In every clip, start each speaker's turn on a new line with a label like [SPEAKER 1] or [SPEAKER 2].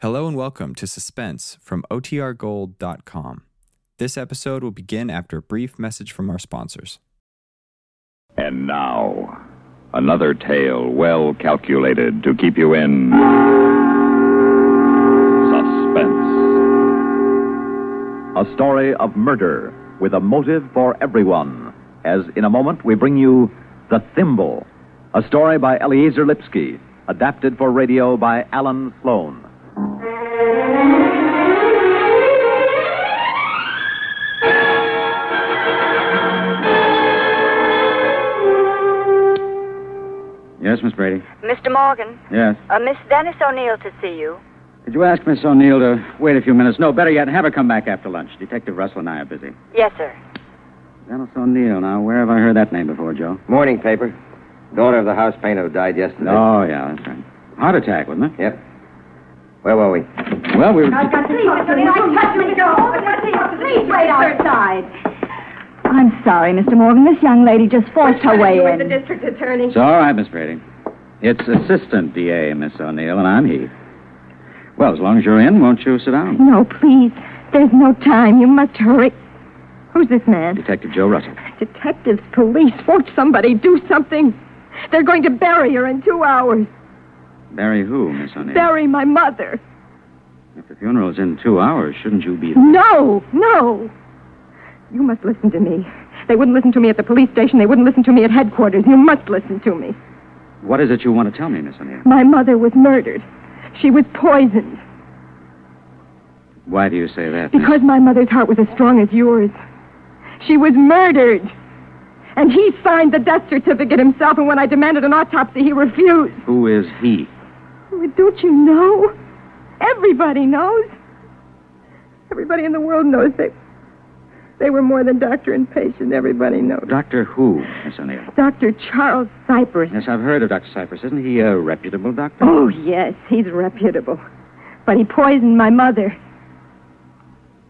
[SPEAKER 1] Hello and welcome to Suspense from OTRGold.com. This episode will begin after a brief message from our sponsors.
[SPEAKER 2] And now, another tale well calculated to keep you in suspense. A story of murder with a motive for everyone, as in a moment we bring you The Thimble, a story by Eliezer Lipsky, adapted for radio by Alan Sloan.
[SPEAKER 3] Yes, Miss Brady.
[SPEAKER 4] Mr. Morgan,
[SPEAKER 3] Yes.
[SPEAKER 4] uh, Miss Dennis O'Neill to see you.
[SPEAKER 3] Could you ask Miss O'Neill to wait a few minutes? No, better yet, have her come back after lunch. Detective Russell and I are busy.
[SPEAKER 4] Yes, sir.
[SPEAKER 3] Dennis O'Neill. Now, where have I heard that name before, Joe?
[SPEAKER 5] Morning paper. Daughter of the house painter who died yesterday.
[SPEAKER 3] Oh, yeah, that's right. Heart attack, wasn't it?
[SPEAKER 5] Yep. Where were we?
[SPEAKER 3] Well, we.
[SPEAKER 6] I'm sorry, Mr. Morgan. This young lady just forced her way
[SPEAKER 7] With the
[SPEAKER 6] in.
[SPEAKER 7] district attorney.
[SPEAKER 3] It's all right, Miss Brady. It's Assistant DA, Miss O'Neill, and I'm Heath. Well, as long as you're in, won't you sit down?
[SPEAKER 6] No, please. There's no time. You must hurry. Who's this man?
[SPEAKER 3] Detective Joe Russell.
[SPEAKER 6] Detectives, police. Won't somebody do something? They're going to bury her in two hours.
[SPEAKER 3] Barry who, Miss O'Neill?
[SPEAKER 6] Bury my mother.
[SPEAKER 3] If the funeral's in two hours, shouldn't you be...
[SPEAKER 6] No, no. You must listen to me. They wouldn't listen to me at the police station. They wouldn't listen to me at headquarters. You must listen to me.
[SPEAKER 3] What is it you want to tell me, Miss O'Neill?
[SPEAKER 6] My mother was murdered. She was poisoned.
[SPEAKER 3] Why do you say that? Miss-
[SPEAKER 6] Because my mother's heart was as strong as yours. She was murdered. And he signed the death certificate himself, and when I demanded an autopsy, he refused.
[SPEAKER 3] Who is he?
[SPEAKER 6] Well, don't you know? Everybody knows. Everybody in the world knows they, they were more than doctor and patient. Everybody knows.
[SPEAKER 3] Doctor who, Miss O'Neill?
[SPEAKER 6] Dr. Charles Cypress.
[SPEAKER 3] Yes, I've heard of Dr. Cypress. Isn't he a reputable doctor?
[SPEAKER 6] Oh, yes, he's reputable. But he poisoned my mother.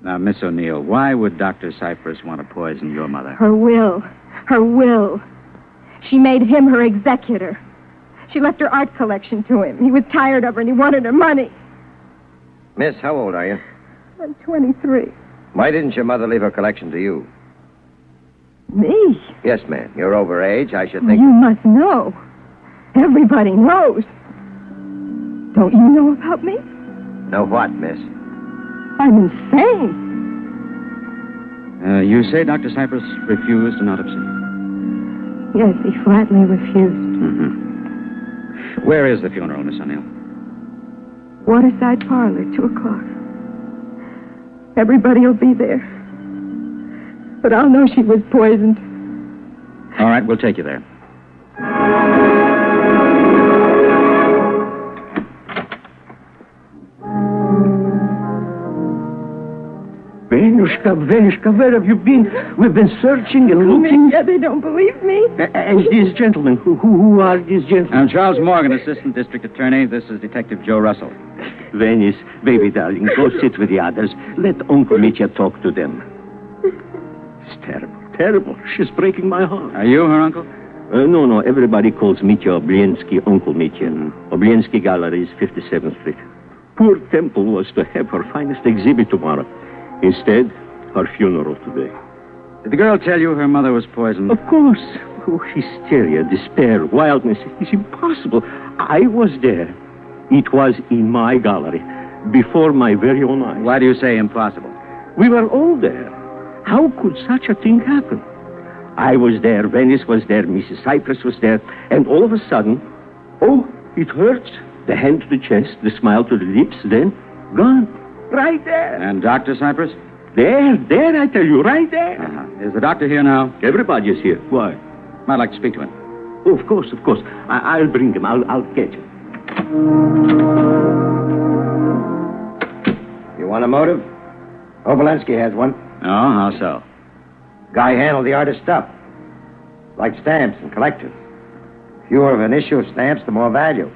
[SPEAKER 3] Now, Miss O'Neill, why would Dr. Cypress want to poison your mother?
[SPEAKER 6] Her will. Her will. She made him her executor. She left her art collection to him. He was tired of her and he wanted her money.
[SPEAKER 5] Miss, how old are you?
[SPEAKER 6] I'm 23.
[SPEAKER 5] Why didn't your mother leave her collection to you?
[SPEAKER 6] Me?
[SPEAKER 5] Yes, ma'am. You're over age. I should
[SPEAKER 6] You
[SPEAKER 5] think.
[SPEAKER 6] must know. Everybody knows. Don't you know about me?
[SPEAKER 5] Know what, miss?
[SPEAKER 6] I'm insane.
[SPEAKER 3] Uh, you say Dr. Cypress refused an autopsy?
[SPEAKER 6] Yes, he flatly refused.
[SPEAKER 3] Mm-hmm. Where is the funeral, Miss O'Neill?
[SPEAKER 6] Waterside Parlor, 2 o'clock. Everybody will be there. But I'll know she was poisoned.
[SPEAKER 3] All right, we'll take you there.
[SPEAKER 8] Venushka, Venushka, where have you been? We've been searching and looking.
[SPEAKER 6] Yeah, they don't believe me.
[SPEAKER 8] A- And these gentlemen, who, who, who are these gentlemen?
[SPEAKER 3] I'm Charles Morgan, Assistant District Attorney. This is Detective Joe Russell.
[SPEAKER 8] Uh, Venice, baby darling, go sit with the others. Let Uncle Mitya talk to them. It's terrible, terrible. She's breaking my heart.
[SPEAKER 3] Are you her uncle?
[SPEAKER 8] Uh, no, no, everybody calls Mitya Obliensky Uncle Mitya. Obliensky Gallery is 57th Street. Poor Temple was to have her finest exhibit tomorrow. Instead, her funeral today.
[SPEAKER 3] Did the girl tell you her mother was poisoned?
[SPEAKER 8] Of course. Oh, hysteria, despair, wildness. It's impossible. I was there. It was in my gallery, before my very own eyes.
[SPEAKER 3] Why do you say impossible?
[SPEAKER 8] We were all there. How could such a thing happen? I was there, Venice was there, Mrs. Cypress was there, and all of a sudden, oh, it hurts. The hand to the chest, the smile to the lips, then gone. Right there.
[SPEAKER 3] And Dr. Cypress?
[SPEAKER 8] There, there, I tell you, right there.
[SPEAKER 3] Uh-huh. Is the doctor here now?
[SPEAKER 8] Everybody is here. Why?
[SPEAKER 3] I'd like to speak to him.
[SPEAKER 8] Oh, of course, of course. I- I'll bring him. I'll, I'll catch him.
[SPEAKER 5] You want a motive? Obolensky has one.
[SPEAKER 3] Oh, how so?
[SPEAKER 5] Guy handled the artist stuff, like stamps and collectors. Fewer of an issue of stamps, the more value.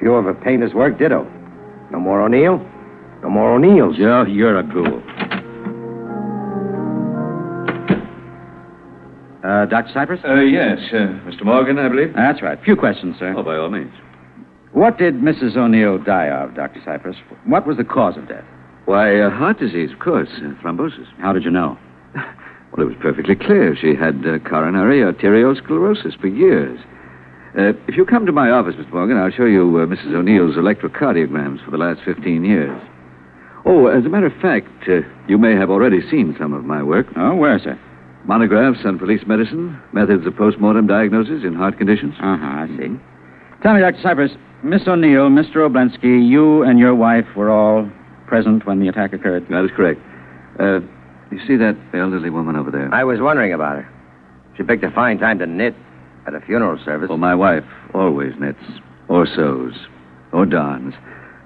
[SPEAKER 5] Fewer of a painter's work, ditto. No more O'Neill. No more O'Neills.
[SPEAKER 3] Joe, you're a ghoul. Uh, Dr. Cypress?
[SPEAKER 9] Uh, yes, uh, Mr. Morgan, I believe.
[SPEAKER 3] That's right. Few questions, sir.
[SPEAKER 9] Oh, by all means.
[SPEAKER 3] What did Mrs. O'Neill die of, Dr. Cypress? What was the cause of death?
[SPEAKER 10] Why, uh, heart disease, of course, uh, thrombosis.
[SPEAKER 3] How did you know?
[SPEAKER 10] Well, it was perfectly clear she had uh, coronary arteriosclerosis for years. Uh, if you come to my office, Mr. Morgan, I'll show you uh, Mrs. O'Neill's electrocardiograms for the last 15 years. Oh, as a matter of fact, uh, you may have already seen some of my work.
[SPEAKER 3] Oh, where, sir?
[SPEAKER 10] Monographs on police medicine, methods of postmortem diagnosis in heart conditions.
[SPEAKER 3] Uh huh, I see. Tell me, Dr. Cypress, Miss O'Neill, Mr. Oblensky, you and your wife were all present when the attack occurred.
[SPEAKER 10] That is correct. Uh, you see that elderly woman over there?
[SPEAKER 5] I was wondering about her. She picked a fine time to knit at a funeral service.
[SPEAKER 10] Well, my wife always knits, or sews, or darns.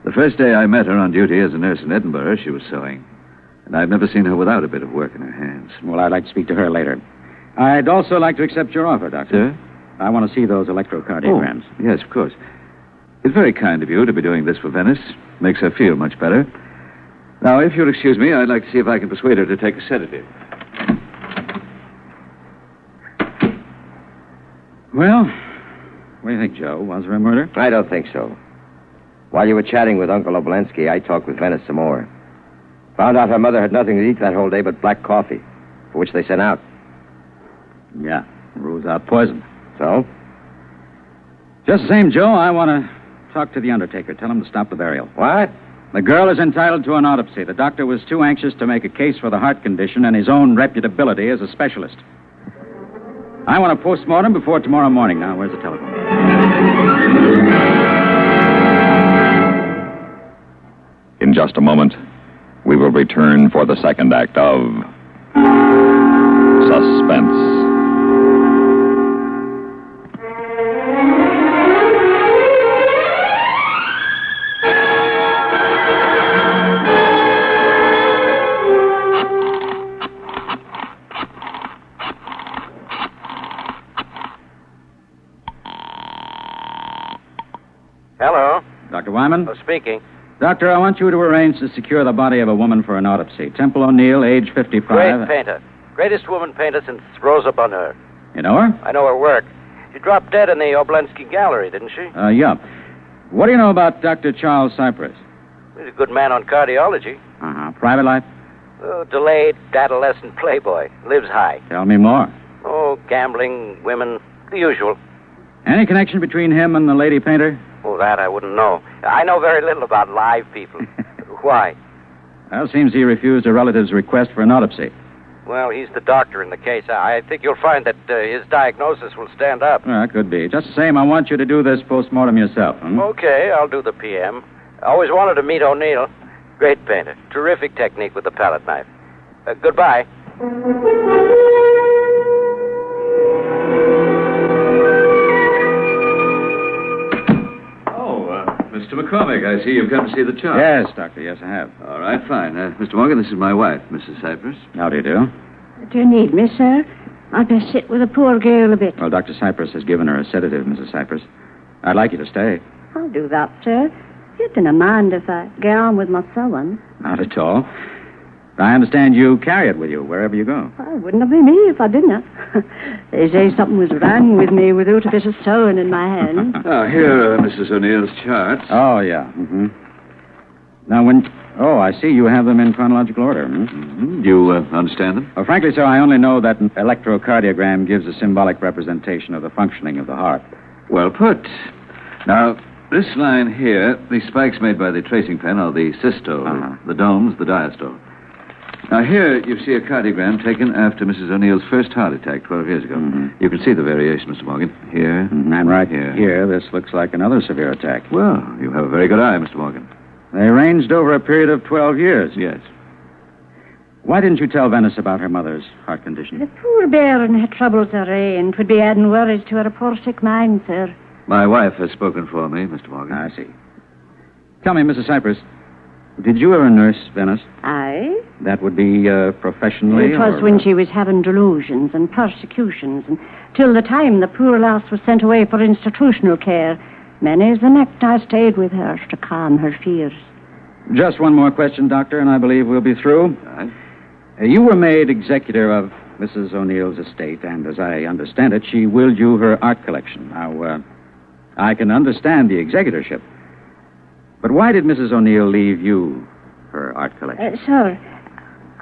[SPEAKER 10] The first day I met her on duty as a nurse in Edinburgh, she was sewing. And I've never seen her without a bit of work in her hands.
[SPEAKER 3] Well, I'd like to speak to her later. I'd also like to accept your offer, Doctor.
[SPEAKER 10] Sir?
[SPEAKER 3] I want to see those electrocardiograms.
[SPEAKER 10] Oh, yes, of course. It's very kind of you to be doing this for Venice. Makes her feel much better. Now, if you'll excuse me, I'd like to see if I can persuade her to take a sedative.
[SPEAKER 3] Well, what do you think, Joe? Was there a murder?
[SPEAKER 5] I don't think so. While you were chatting with Uncle Oblensky, I talked with Venice some more. Found out her mother had nothing to eat that whole day but black coffee, for which they sent out.
[SPEAKER 3] Yeah, rules out poison.
[SPEAKER 5] So?
[SPEAKER 3] Just the same, Joe, I want to talk to the undertaker. Tell him to stop the burial.
[SPEAKER 5] What?
[SPEAKER 3] The girl is entitled to an autopsy. The doctor was too anxious to make a case for the heart condition and his own reputability as a specialist. I want a postmortem before tomorrow morning. Now, where's the telephone?
[SPEAKER 9] In just a moment, we will return for the second act of Suspense.
[SPEAKER 11] Hello.
[SPEAKER 3] Dr. Wyman?
[SPEAKER 11] Oh, speaking.
[SPEAKER 3] Doctor, I want you to arrange to secure the body of a woman for an autopsy. Temple O'Neill, age 55.
[SPEAKER 11] Great painter. Greatest woman painter since Rosa Bonheur.
[SPEAKER 3] You know her?
[SPEAKER 11] I know her work. She dropped dead in the Oblensky Gallery, didn't she?
[SPEAKER 3] Uh, yeah. What do you know about Dr. Charles Cypress?
[SPEAKER 11] He's a good man on cardiology.
[SPEAKER 3] Uh
[SPEAKER 10] Uh-huh.
[SPEAKER 3] huh. Private life?
[SPEAKER 11] Oh, delayed adolescent playboy. Lives high.
[SPEAKER 3] Tell me more.
[SPEAKER 11] Oh, gambling, women, the usual.
[SPEAKER 3] Any connection between him and the lady painter?
[SPEAKER 11] Oh, that I wouldn't know. I know very little about live people. Why?
[SPEAKER 3] Well, seems he refused a relative's request for an autopsy.
[SPEAKER 11] Well, he's the doctor in the case. I I think you'll find that uh, his diagnosis will stand up.
[SPEAKER 3] Well, that could be. Just the same, I want you to do this postmortem yourself. hmm?
[SPEAKER 10] Oh,
[SPEAKER 11] Okay, I'll do the PM. I always wanted to meet O'Neill. Great painter. Terrific technique with the palette knife. Uh, goodbye.
[SPEAKER 10] Oh, uh, Mr. McCormick, I see you've come to see the chart.
[SPEAKER 3] Yes, Doctor, yes, I have.
[SPEAKER 10] All right, fine. Uh, Mr. Morgan, this is my wife, Mrs. Cypress.
[SPEAKER 3] How do you do?
[SPEAKER 6] Do you need me, sir? I best sit with the poor girl a bit.
[SPEAKER 3] Well, Dr. Cypress has given her a sedative, Mrs. Cypress. I'd like you to stay.
[SPEAKER 6] I'll do that, sir. You don't mind if I go on with my sewing.
[SPEAKER 3] Not at all. I understand you carry it with you wherever you go.
[SPEAKER 6] Well, it wouldn't have been me if I didn't. they say something was wrong with me without a bit of sewing in my hand.
[SPEAKER 10] Ah, here are Mrs. O'Neill's charts.
[SPEAKER 3] Oh, yeah. hmm Now, when. Oh, I see you have them in chronological order. Hmm?
[SPEAKER 10] Mhm. You uh, understand them?
[SPEAKER 3] Well, frankly, sir, I only know that an electrocardiogram gives a symbolic representation of the functioning of the heart.
[SPEAKER 10] Well put. Now, this line here, the spikes made by the tracing pen are the systole,
[SPEAKER 3] Uh-huh.
[SPEAKER 10] the domes, the diastole. Now, here you see a cardiogram taken after Mrs. O'Neill's first heart attack 12 years ago. You can see the variation, Mr. Morgan. Here.
[SPEAKER 3] Mm-hmm. And I'm right
[SPEAKER 10] Here.
[SPEAKER 3] Here, this looks like another severe attack.
[SPEAKER 10] Well, you have a very good eye, Mr. Morgan.
[SPEAKER 3] They ranged over a period of 12 years.
[SPEAKER 10] Yes.
[SPEAKER 3] Why didn't you tell Venice about her mother's heart condition?
[SPEAKER 6] The poor bairn had troubles of rain. 'Twould be adding worries to her poor sick mind, sir.
[SPEAKER 10] My wife has spoken for me, Mr. Morgan.
[SPEAKER 3] I see. Tell me, Mrs. Cypress, did you ever nurse Venice?
[SPEAKER 6] Aye.
[SPEAKER 3] That would be uh, professionally.
[SPEAKER 6] It was
[SPEAKER 3] or-
[SPEAKER 6] when she was having delusions and persecutions, and till the time the poor lass was sent away for institutional care. Many's the night I stayed with her to calm her fears.
[SPEAKER 3] Just one more question, Doctor, and I believe we'll be through.
[SPEAKER 10] All right.
[SPEAKER 3] Uh, You were made executor of Mrs. O'Neill's estate, and as I understand it, she willed you her art collection. Now, uh, I can understand the executorship. But why did Mrs. O'Neill leave you her art collection?
[SPEAKER 6] Uh, sir,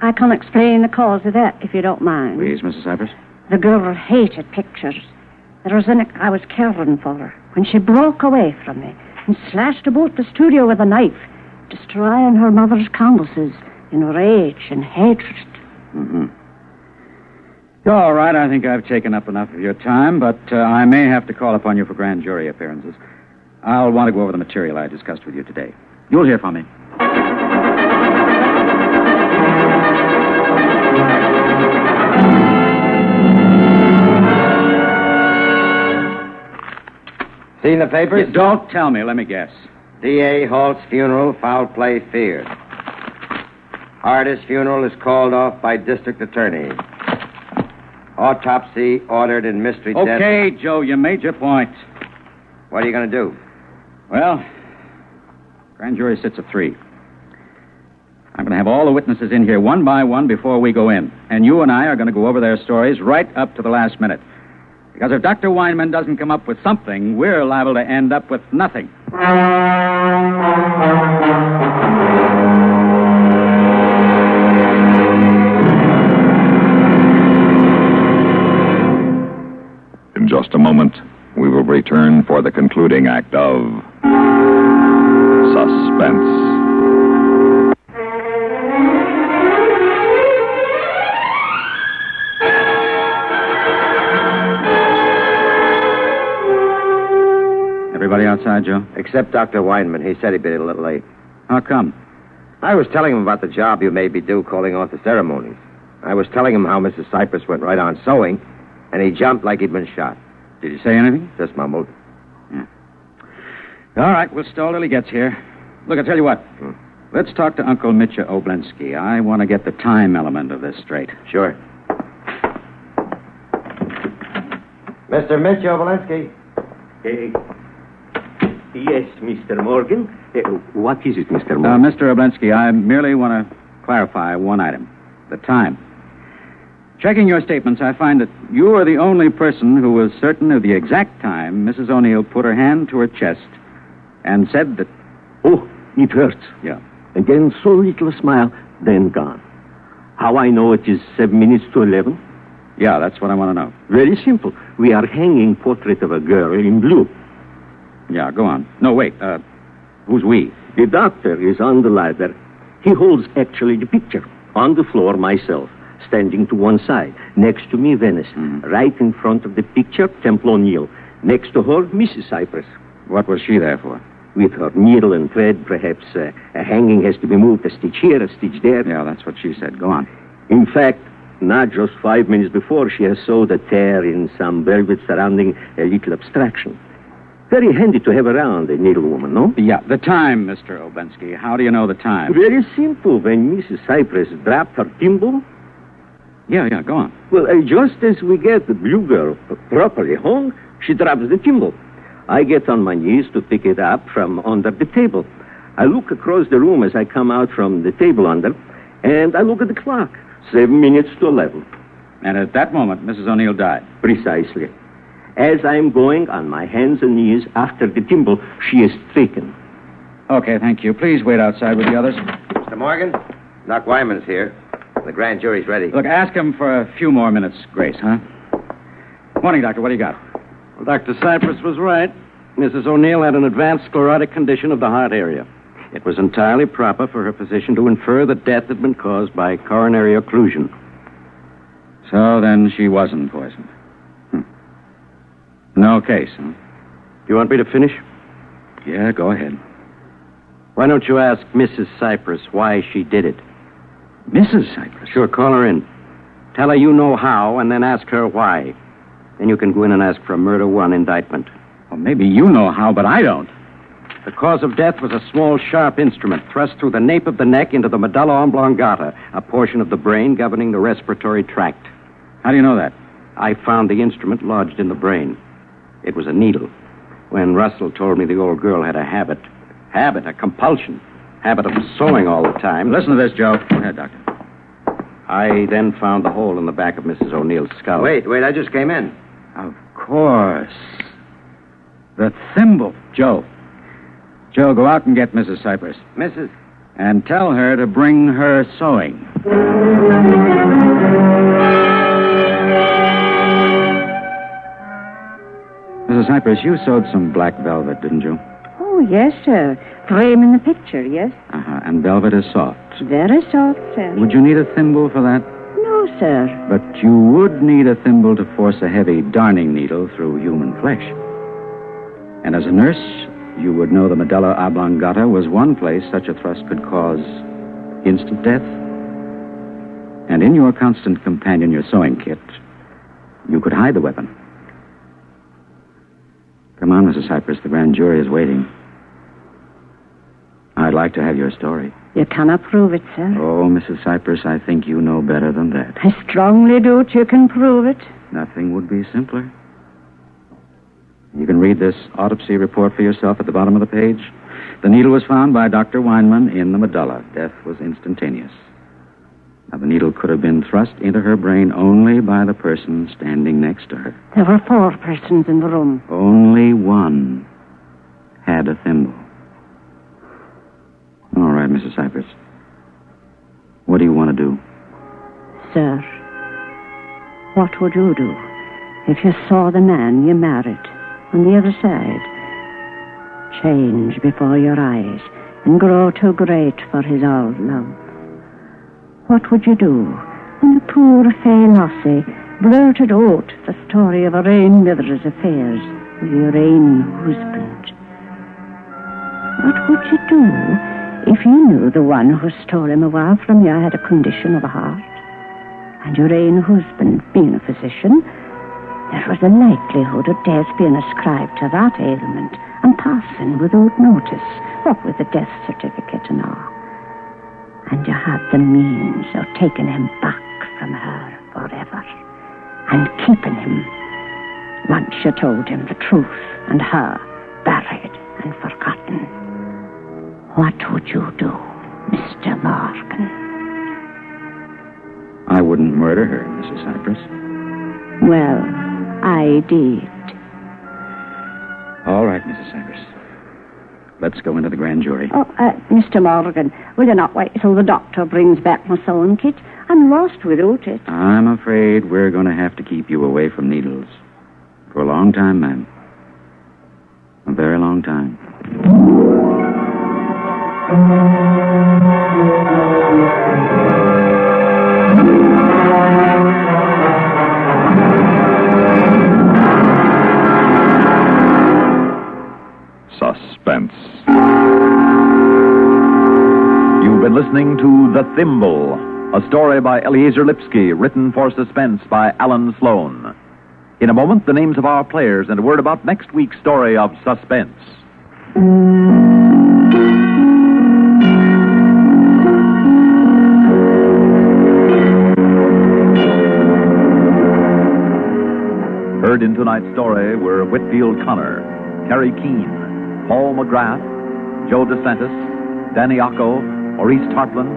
[SPEAKER 6] I can explain the cause of that if you don't mind.
[SPEAKER 3] Please, Mrs. Cypress.
[SPEAKER 6] The girl hated pictures. There was an I was caring for her when she broke away from me and slashed about the studio with a knife, destroying her mother's canvases in rage and hatred.
[SPEAKER 3] Mm-hmm. All right, I think I've taken up enough of your time, but uh, I may have to call upon you for grand jury appearances. I'll want to go over the material I discussed with you today. You'll hear from me.
[SPEAKER 11] Seen the papers?
[SPEAKER 3] You don't tell me. Let me guess.
[SPEAKER 11] D.A. Holt's funeral, foul play feared. Artist funeral is called off by district attorney. Autopsy ordered in mystery death.
[SPEAKER 3] Okay, Joe, you made your point.
[SPEAKER 11] What are you going to do?
[SPEAKER 3] Well, grand jury sits at three. I'm going to have all the witnesses in here one by one before we go in. And you and I are going to go over their stories right up to the last minute. Because if Dr. Weinman doesn't come up with something, we're liable to end up with nothing.
[SPEAKER 2] In just a moment, we will return for the concluding act of Suspense.
[SPEAKER 3] Everybody outside, Joe?
[SPEAKER 11] Except Dr. Weinman. He said he'd been a little late.
[SPEAKER 3] How come?
[SPEAKER 11] I was telling him about the job you made me do calling off the ceremonies. I was telling him how Mrs. Cypress went right on sewing, and he jumped like he'd been shot.
[SPEAKER 3] Did he say anything?
[SPEAKER 11] Just mumbled.
[SPEAKER 3] All right, we'll stall till he gets here. Look, I'll tell you what. Let's talk to Uncle Mitya Oblensky. I want to get the time element of this straight.
[SPEAKER 11] Sure. Mr. Mitch Obolensky.
[SPEAKER 8] Eh, yes, Mr. Morgan. Eh,
[SPEAKER 11] Uh,
[SPEAKER 8] what is it, Mr.
[SPEAKER 3] Now,
[SPEAKER 8] Morgan?
[SPEAKER 3] Mr. Uh, Oblensky, I merely want to clarify one item the time. Checking your statements, I find that you are the only person who was certain of the exact time Mrs. O'Neill put her hand to her chest and said that.
[SPEAKER 8] Oh, it hurts.
[SPEAKER 3] Yeah.
[SPEAKER 8] Again, so little smile, then gone. How I know it is seven minutes to eleven?
[SPEAKER 3] Yeah, that's what I want to know.
[SPEAKER 8] Very simple. We are hanging portrait of a girl in blue.
[SPEAKER 3] Yeah, go on. No, wait. Uh, who's we?
[SPEAKER 8] The doctor is on the ladder. He holds actually the picture. On the floor, myself, standing to one side. Next to me, Venice. Right in front of the picture, Temple O'Neill. Next to her, Mrs. Cypress.
[SPEAKER 3] What was she there for?
[SPEAKER 8] With her needle and thread, perhaps uh, a hanging has to be moved a stitch here, a stitch there.
[SPEAKER 3] Yeah, that's what she said. Go on.
[SPEAKER 8] In fact, not just five minutes before, she has sewed a tear in some velvet surrounding a little abstraction. Very handy to have around, a needlewoman, no?
[SPEAKER 3] Yeah, the time, Mr. Oblensky. How do you know the time?
[SPEAKER 8] Very simple. When Mrs. Cypress dropped her thimble,
[SPEAKER 3] Yeah, yeah, go on.
[SPEAKER 8] well, uh, just as we get the blue girl p- properly hung, she drops the thimble. I get on my knees to pick it up from under the table. I look across the room as I come out from the table under, and I look at the clock. Seven minutes to eleven.
[SPEAKER 3] And at that moment, Mrs. O'Neill died.
[SPEAKER 8] Precisely. As I'm going on my hands and knees after the thimble, she is taken.
[SPEAKER 3] Okay, thank you. Please wait outside with the others.
[SPEAKER 11] Mr. Morgan, Doc Wyman's here. The grand jury's ready.
[SPEAKER 3] Look, ask him for a few more minutes, Grace, huh? Morning, Doctor. What do you got?
[SPEAKER 12] Well, Dr. Cypress was right. Mrs. O'Neill had an advanced sclerotic condition of the heart area. It was entirely proper for her physician to infer that death had been caused by coronary occlusion.
[SPEAKER 3] So then she wasn't poisoned. Hmm. No case, huh?
[SPEAKER 12] You want me to finish?
[SPEAKER 3] Yeah, go ahead.
[SPEAKER 12] Why don't you ask Mrs. Cypress why she did it?
[SPEAKER 3] Mrs. Cypress?
[SPEAKER 12] Sure, call her in. Tell her you know how, and then ask her why. Then you can go in and ask for a murder one indictment.
[SPEAKER 3] Well, maybe you know how, but I don't.
[SPEAKER 12] The cause of death was a small, sharp instrument thrust through the nape of the neck into the medulla oblongata, a portion of the brain governing the respiratory tract.
[SPEAKER 3] How do you know that?
[SPEAKER 12] I found the instrument lodged in the brain. It was a needle. When Russell told me the old girl had a habit, habit, a compulsion, habit of sewing all the time.
[SPEAKER 3] Listen to this, Joe. Go ahead, Doctor.
[SPEAKER 12] I then found the hole in the back of Mrs. O'Neill's skull.
[SPEAKER 11] Wait, wait, I just came in.
[SPEAKER 3] Of course. The thimble. Joe. Joe, go out and get Mrs. Cypress.
[SPEAKER 5] Mrs.
[SPEAKER 3] And tell her to bring her sewing. Mrs. Cypress, you sewed some black velvet, didn't you?
[SPEAKER 6] Oh, yes, sir. Frame in the picture, yes.
[SPEAKER 3] Uh huh. And velvet is soft.
[SPEAKER 6] Very soft, sir.
[SPEAKER 3] Would you need a thimble for that?
[SPEAKER 6] No, sir.
[SPEAKER 3] But you would need a thimble to force a heavy darning needle through human flesh. And as a nurse, you would know the medulla oblongata was one place such a thrust could cause instant death. And in your constant companion, your sewing kit, you could hide the weapon. Come on, Mrs. Cypress, the grand jury is waiting. I'd like to have your story.
[SPEAKER 6] You cannot prove it, sir.
[SPEAKER 3] Oh, Mrs. Cypress, I think you know better than that.
[SPEAKER 6] I strongly doubt you can prove it.
[SPEAKER 3] Nothing would be simpler. You can read this autopsy report for yourself at the bottom of the page. The needle was found by Dr. Weinman in the medulla. Death was instantaneous. Now, the needle could have been thrust into her brain only by the person standing next to her.
[SPEAKER 6] There were four persons in the room.
[SPEAKER 3] Only one had a thimble. All right, Mrs. Cypress. What do you want to do?
[SPEAKER 6] Sir, what would you do if you saw the man you married on the other side change before your eyes and grow too great for his old love? What would you do when the poor Fay Lassie blurted out the story of her own mother's affairs with your own husband? What would you do if you knew the one who stole him away from you had a condition of the heart? And your own husband, being a physician, there was a likelihood of death being ascribed to that ailment and passing without notice, what with the death certificate and all. And you had the means of taking him back from her forever and keeping him once you told him the truth and her buried and forgotten. What would you do, Mr. Morgan?
[SPEAKER 3] I wouldn't murder her, Mrs. Cypress.
[SPEAKER 6] Well, I did.
[SPEAKER 3] All right, Mrs. Cypress. Let's go into the grand jury.
[SPEAKER 6] Oh, uh, Mr. Morgan, will you not wait till the doctor brings back my sewing kit? I'm lost without it.
[SPEAKER 3] I'm afraid we're going to have to keep you away from needles. For a long time, ma'am. A very long time.
[SPEAKER 9] Suspense.
[SPEAKER 2] You've been listening to The Thimble, a story by Eliezer Lipsky, written for suspense by Alan Sloan. In a moment, the names of our players and a word about next week's story of suspense. Heard in tonight's story were Whitfield Connor, Terry Keene, Paul McGrath, Joe DeSantis, Danny Ocko, Maurice Tarplin,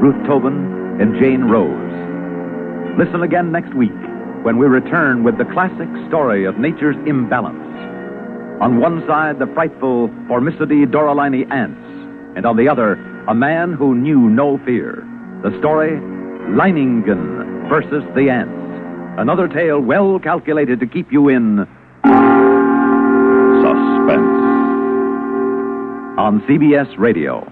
[SPEAKER 2] Ruth Tobin, and Jane Rose. Listen again next week when we return with the classic story of nature's imbalance. On one side, the frightful Formicidae Doralini ants, and on the other, a man who knew no fear. The story Leiningen versus the ants. Another tale well calculated to keep you in suspense on CBS Radio.